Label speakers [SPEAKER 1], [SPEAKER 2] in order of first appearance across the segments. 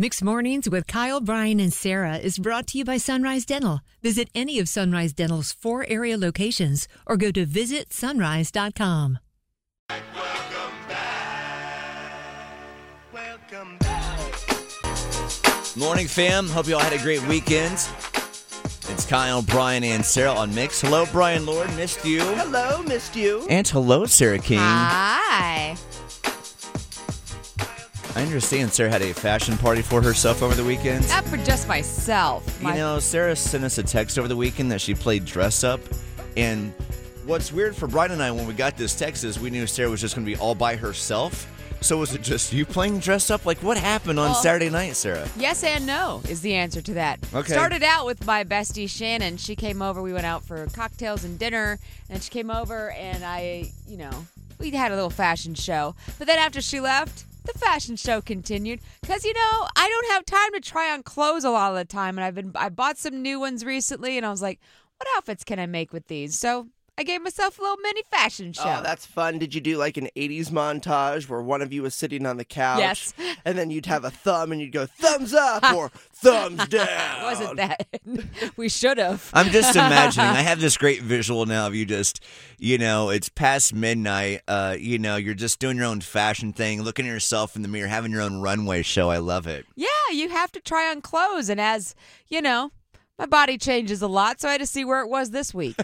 [SPEAKER 1] Mixed Mornings with Kyle, Brian, and Sarah is brought to you by Sunrise Dental. Visit any of Sunrise Dental's four area locations or go to visitsunrise.com.
[SPEAKER 2] Morning, fam. Hope you all had a great weekend. It's Kyle, Brian, and Sarah on Mix. Hello, Brian Lord. Missed you.
[SPEAKER 3] Hello, missed you.
[SPEAKER 2] And hello, Sarah King.
[SPEAKER 4] Hi.
[SPEAKER 2] I understand Sarah had a fashion party for herself over the weekend.
[SPEAKER 4] Not for just myself.
[SPEAKER 2] You
[SPEAKER 4] Oh, My-
[SPEAKER 2] know, Sarah sent us a text over the weekend that she played dress up. And what's weird for Brian and I when we got this text is we knew Sarah was just going to be all by herself. So was it just you playing dress up? Like, what happened on
[SPEAKER 4] Well-
[SPEAKER 2] Saturday night, Sarah?
[SPEAKER 4] yes and no is the answer to that.
[SPEAKER 2] Okay.
[SPEAKER 4] Started out with my bestie Shannon. She came over. We went out for cocktails and dinner, and she came over, and I, you know, we had a little fashion show. But then after she left. The fashion show continued because you know I don't have time to try on clothes a lot of the time, and I've been I bought some new ones recently, and I was like, what outfits can I make with these? So I gave myself a little mini fashion show.
[SPEAKER 3] Oh, that's fun. Did you do like an 80s montage where one of you was sitting on the couch?
[SPEAKER 4] Yes.
[SPEAKER 3] And then you'd have a thumb and you'd go thumbs up or thumbs down.
[SPEAKER 4] wasn't that we should have.
[SPEAKER 2] I'm just imagining. I have this great visual now of you just, you know, it's past midnight. Uh, you know, you're just doing your own fashion thing, looking at yourself in the mirror, having your own runway show. I love it.
[SPEAKER 4] Yeah, you have to try on clothes. And as you know, my body changes a lot, so I had to see where it was this week.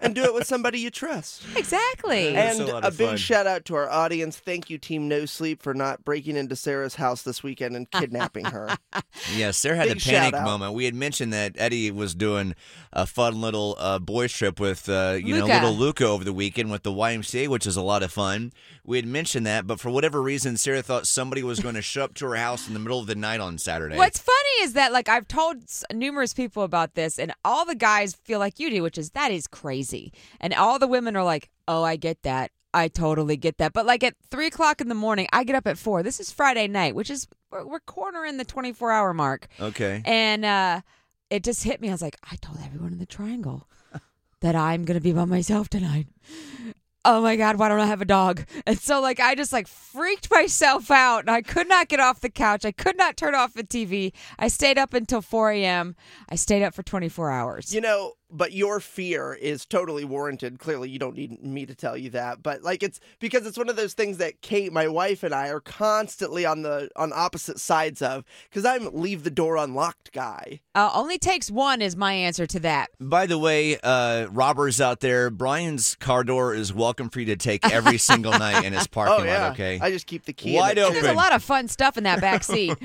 [SPEAKER 3] And do it with somebody you trust.
[SPEAKER 4] exactly.
[SPEAKER 2] Yeah. That's
[SPEAKER 3] and
[SPEAKER 2] a lot
[SPEAKER 3] a,
[SPEAKER 2] of
[SPEAKER 3] big
[SPEAKER 2] fun.
[SPEAKER 3] shout out to our audience. Thank you, Team No Sleep, for not breaking into Sarah's house this weekend and kidnapping her.
[SPEAKER 2] Yeah, Sarah had
[SPEAKER 3] Big
[SPEAKER 2] a
[SPEAKER 3] shout
[SPEAKER 2] panic
[SPEAKER 3] out.
[SPEAKER 2] moment. We had mentioned that Eddie was doing a fun little uh, boys trip with, uh, you know,
[SPEAKER 4] Luca.
[SPEAKER 2] little Luca over the weekend with the YMCA, which is a lot of fun. We had mentioned that, but for whatever reason, Sarah thought somebody was going to show up to her house in the middle of the night on Saturday.
[SPEAKER 4] What's funny is that, like, I've told s- numerous people about this, and all the guys feel like you do, which is that is crazy. And all the women are like, oh, I get that. I totally get that. But, like, at three o'clock in the morning, I get up at four. This is Friday night, which is, we're, we're cornering the 24 hour mark.
[SPEAKER 2] Okay.
[SPEAKER 4] And uh, it just hit me. I was like, I told everyone in the triangle that I'm gonna be by myself tonight. Oh my god, why don't I have a dog? And so like I just like freaked myself out and I could not get off the couch. I could not turn off the TV. I stayed up until four AM. I stayed up for twenty four hours.
[SPEAKER 3] You know, but your fear is totally warranted. Clearly, you don't need me to tell you that. But like, it's because it's one of those things that Kate, my wife, and I are constantly on the on opposite sides of. Because I'm leave the door unlocked guy.
[SPEAKER 4] Uh, only takes one is my answer to that.
[SPEAKER 2] By the way, uh, robbers out there, Brian's car door is welcome for you to take every single night in his parking
[SPEAKER 3] oh yeah,
[SPEAKER 2] lot. Okay.
[SPEAKER 3] I just keep the key. in
[SPEAKER 2] Wide
[SPEAKER 3] it.
[SPEAKER 2] open.
[SPEAKER 4] There's a lot of fun stuff in that back seat.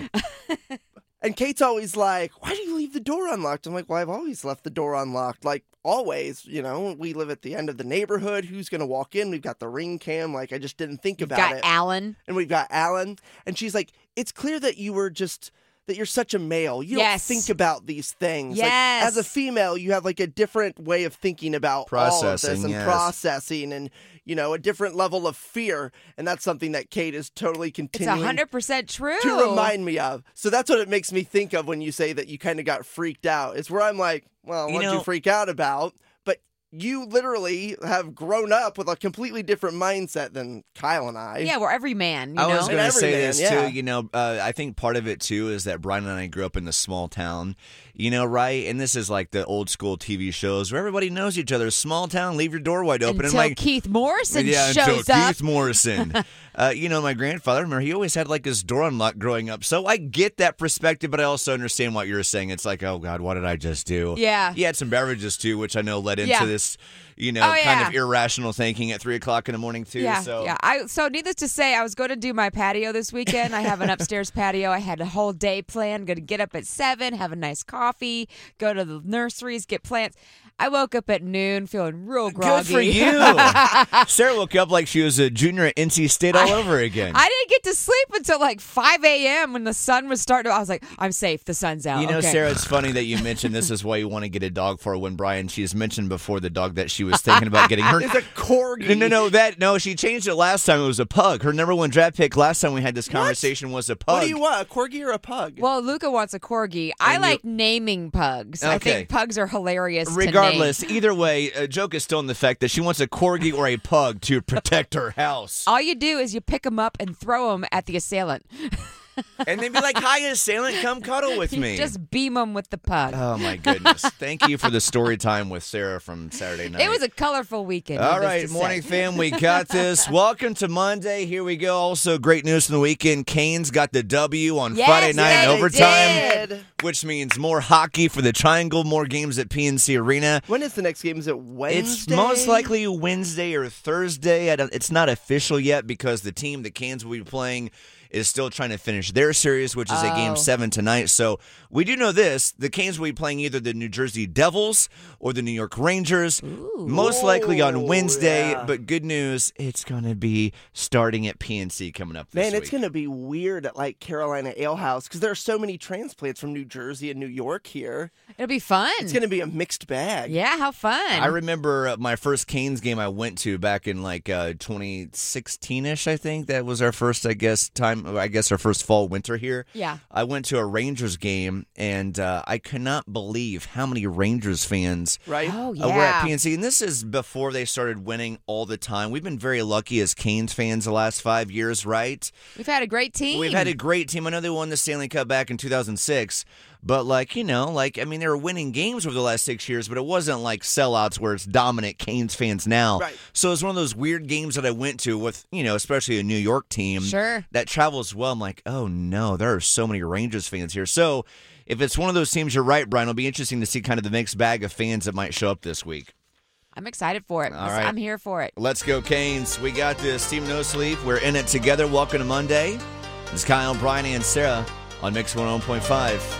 [SPEAKER 3] And Kate's always like, "Why do you leave the door unlocked?" I'm like, "Well, I've always left the door unlocked, like always. You know, we live at the end of the neighborhood. Who's gonna walk in? We've got the ring cam. Like, I just didn't think about
[SPEAKER 4] Got
[SPEAKER 3] it."
[SPEAKER 4] Alan.
[SPEAKER 3] and we've got Alan, and she's like, "It's clear that you were just that you're such a male. You
[SPEAKER 4] Yes.
[SPEAKER 3] don't think about these things. Like,
[SPEAKER 4] Yes.
[SPEAKER 3] as a female, you have like a different way of thinking about all of this
[SPEAKER 2] Processing,
[SPEAKER 3] and
[SPEAKER 2] yes.
[SPEAKER 3] processing, and you know, a different level of fear. And that's something that Kate is totally
[SPEAKER 4] It's
[SPEAKER 3] continuing
[SPEAKER 4] hundred percent true.
[SPEAKER 3] to remind me of. So that's what it makes me think of when you say that you kind of got freaked out. It's where I'm like, well,
[SPEAKER 2] You
[SPEAKER 3] what'd
[SPEAKER 2] know-
[SPEAKER 3] you freak out about? But you literally have grown up with a completely different mindset than Kyle and I.
[SPEAKER 4] yeah, we're every man, you
[SPEAKER 2] I
[SPEAKER 4] know.
[SPEAKER 2] was going to
[SPEAKER 3] Every
[SPEAKER 2] say
[SPEAKER 3] man,
[SPEAKER 2] this
[SPEAKER 3] yeah.
[SPEAKER 2] too. You know, uh, I think part of it too is that Brian and I grew up in this small town, you know, right? And this is like the old school TV shows where everybody knows each other. Small town, leave your door wide open.
[SPEAKER 4] until
[SPEAKER 2] and like,
[SPEAKER 4] Keith Morrison
[SPEAKER 2] yeah, until
[SPEAKER 4] shows up.
[SPEAKER 2] Keith Morrison. uh, you know, my grandfather, remember, he always had like his door unlocked growing up. So I get that perspective, but I also understand what you're saying. It's like, oh God, what did I just do?
[SPEAKER 4] Yeah.
[SPEAKER 2] He had some beverages too, which I know led into
[SPEAKER 4] Yeah.
[SPEAKER 2] this, you know,
[SPEAKER 4] Oh,
[SPEAKER 2] kind
[SPEAKER 4] yeah.
[SPEAKER 2] of irrational thinking at three o'clock in the morning too.
[SPEAKER 4] Yeah,
[SPEAKER 2] so
[SPEAKER 4] yeah. I so needless to say, I was going to do my patio this weekend. I have an upstairs patio. I had a whole day planned. Going to get up at seven, have a nice coffee, go to the nurseries, get plants. I woke up at noon feeling real
[SPEAKER 2] Good
[SPEAKER 4] groggy.
[SPEAKER 2] for you. Sarah woke up like she was a junior at NC State all over again.
[SPEAKER 4] I didn't get to sleep until like 5 a.m. when the sun was starting. to- I was like, I'm safe. The sun's out.
[SPEAKER 2] you know,
[SPEAKER 4] Okay.
[SPEAKER 2] Sarah, it's funny that you mentioned this is why you want to get a dog for when Brian, she's mentioned before the dog that she was thinking about getting her.
[SPEAKER 3] It's a corgi.
[SPEAKER 2] No, no, no, that, no, she changed it last time. It was a pug. Her number one draft pick last time we had this conversation was a pug.
[SPEAKER 3] What do you want, a corgi or a pug?
[SPEAKER 4] Well, Luca wants a corgi. I
[SPEAKER 2] And you-
[SPEAKER 4] like naming pugs. I
[SPEAKER 2] Okay.
[SPEAKER 4] think pugs are hilarious. to name.
[SPEAKER 2] Regardless, either way, a joke is still in the fact that she wants a corgi or a pug to protect her house.
[SPEAKER 4] all you do is you pick them up and throw them at the assailant.
[SPEAKER 2] and then be like, "Hi, assailant, come cuddle with me."
[SPEAKER 4] Just beam them with the pug.
[SPEAKER 2] oh my goodness! Thank you for the story time with Sarah from Saturday night.
[SPEAKER 4] it was a colorful weekend.
[SPEAKER 2] All
[SPEAKER 4] needless
[SPEAKER 2] right,
[SPEAKER 4] to
[SPEAKER 2] morning
[SPEAKER 4] say.
[SPEAKER 2] fam, we got this. Welcome to Monday. Here we go. Also, great news from the weekend. Canes got the W on
[SPEAKER 4] Yes,
[SPEAKER 2] Friday night
[SPEAKER 4] they
[SPEAKER 2] in overtime,
[SPEAKER 3] Did.
[SPEAKER 2] which means more hockey for the Triangle, more games at PNC Arena.
[SPEAKER 3] When is the next game? Is it Wednesday?
[SPEAKER 2] It's most likely Wednesday or Thursday. I don't, it's not official yet because the team the Canes will be playing is still trying to finish their series, which is a
[SPEAKER 4] Oh.
[SPEAKER 2] game seven tonight. So we do know this: the Canes will be playing either the New Jersey Devils or the New York Rangers, most likely on
[SPEAKER 3] Ooh,
[SPEAKER 2] Wednesday.
[SPEAKER 3] yeah.
[SPEAKER 2] But good news, it's going to be starting at PNC coming up. This
[SPEAKER 3] Man, it's
[SPEAKER 2] week.
[SPEAKER 3] going to be weird at like Carolina Ale House because there are so many transplants from New Jersey and New York here.
[SPEAKER 4] It'll be fun.
[SPEAKER 3] It's going to be a mixed bag.
[SPEAKER 4] Hmm. yeah, how fun.
[SPEAKER 2] I remember uh, my first Canes game I went to back in like uh, 2016ish. I think that was our first, I guess, time. I guess our first fall winter here.
[SPEAKER 4] Yeah.
[SPEAKER 2] I went to a Rangers game, and uh, I could not believe how many Rangers fans
[SPEAKER 3] Right?
[SPEAKER 4] oh, yeah.
[SPEAKER 2] uh, we're at PNC, and this is before they started winning all the time. We've been very lucky as Canes fans the last five years, right?
[SPEAKER 4] We've had a great team.
[SPEAKER 2] We've had a great team. I know they won the Stanley Cup back in 2006, but like you know, like I mean, they were winning games over the last six years, but it wasn't like sellouts where it's dominant Canes fans now.
[SPEAKER 3] Right.
[SPEAKER 2] So it's one of those weird games that I went to with you know, especially a New York team
[SPEAKER 4] Sure.
[SPEAKER 2] that travels well. I'm like, oh no, there are so many Rangers fans here. So if it's one of those teams, you're right, Brian. It'll be interesting to see kind of the mixed bag of fans that might show up this week.
[SPEAKER 4] I'm excited for it.
[SPEAKER 2] All right.
[SPEAKER 4] I'm here for it.
[SPEAKER 2] Let's go, Canes. We got this. Team No Sleep. We're in it together. Welcome to Monday. It's Kyle, Brian, and Sarah on Mix 101.5.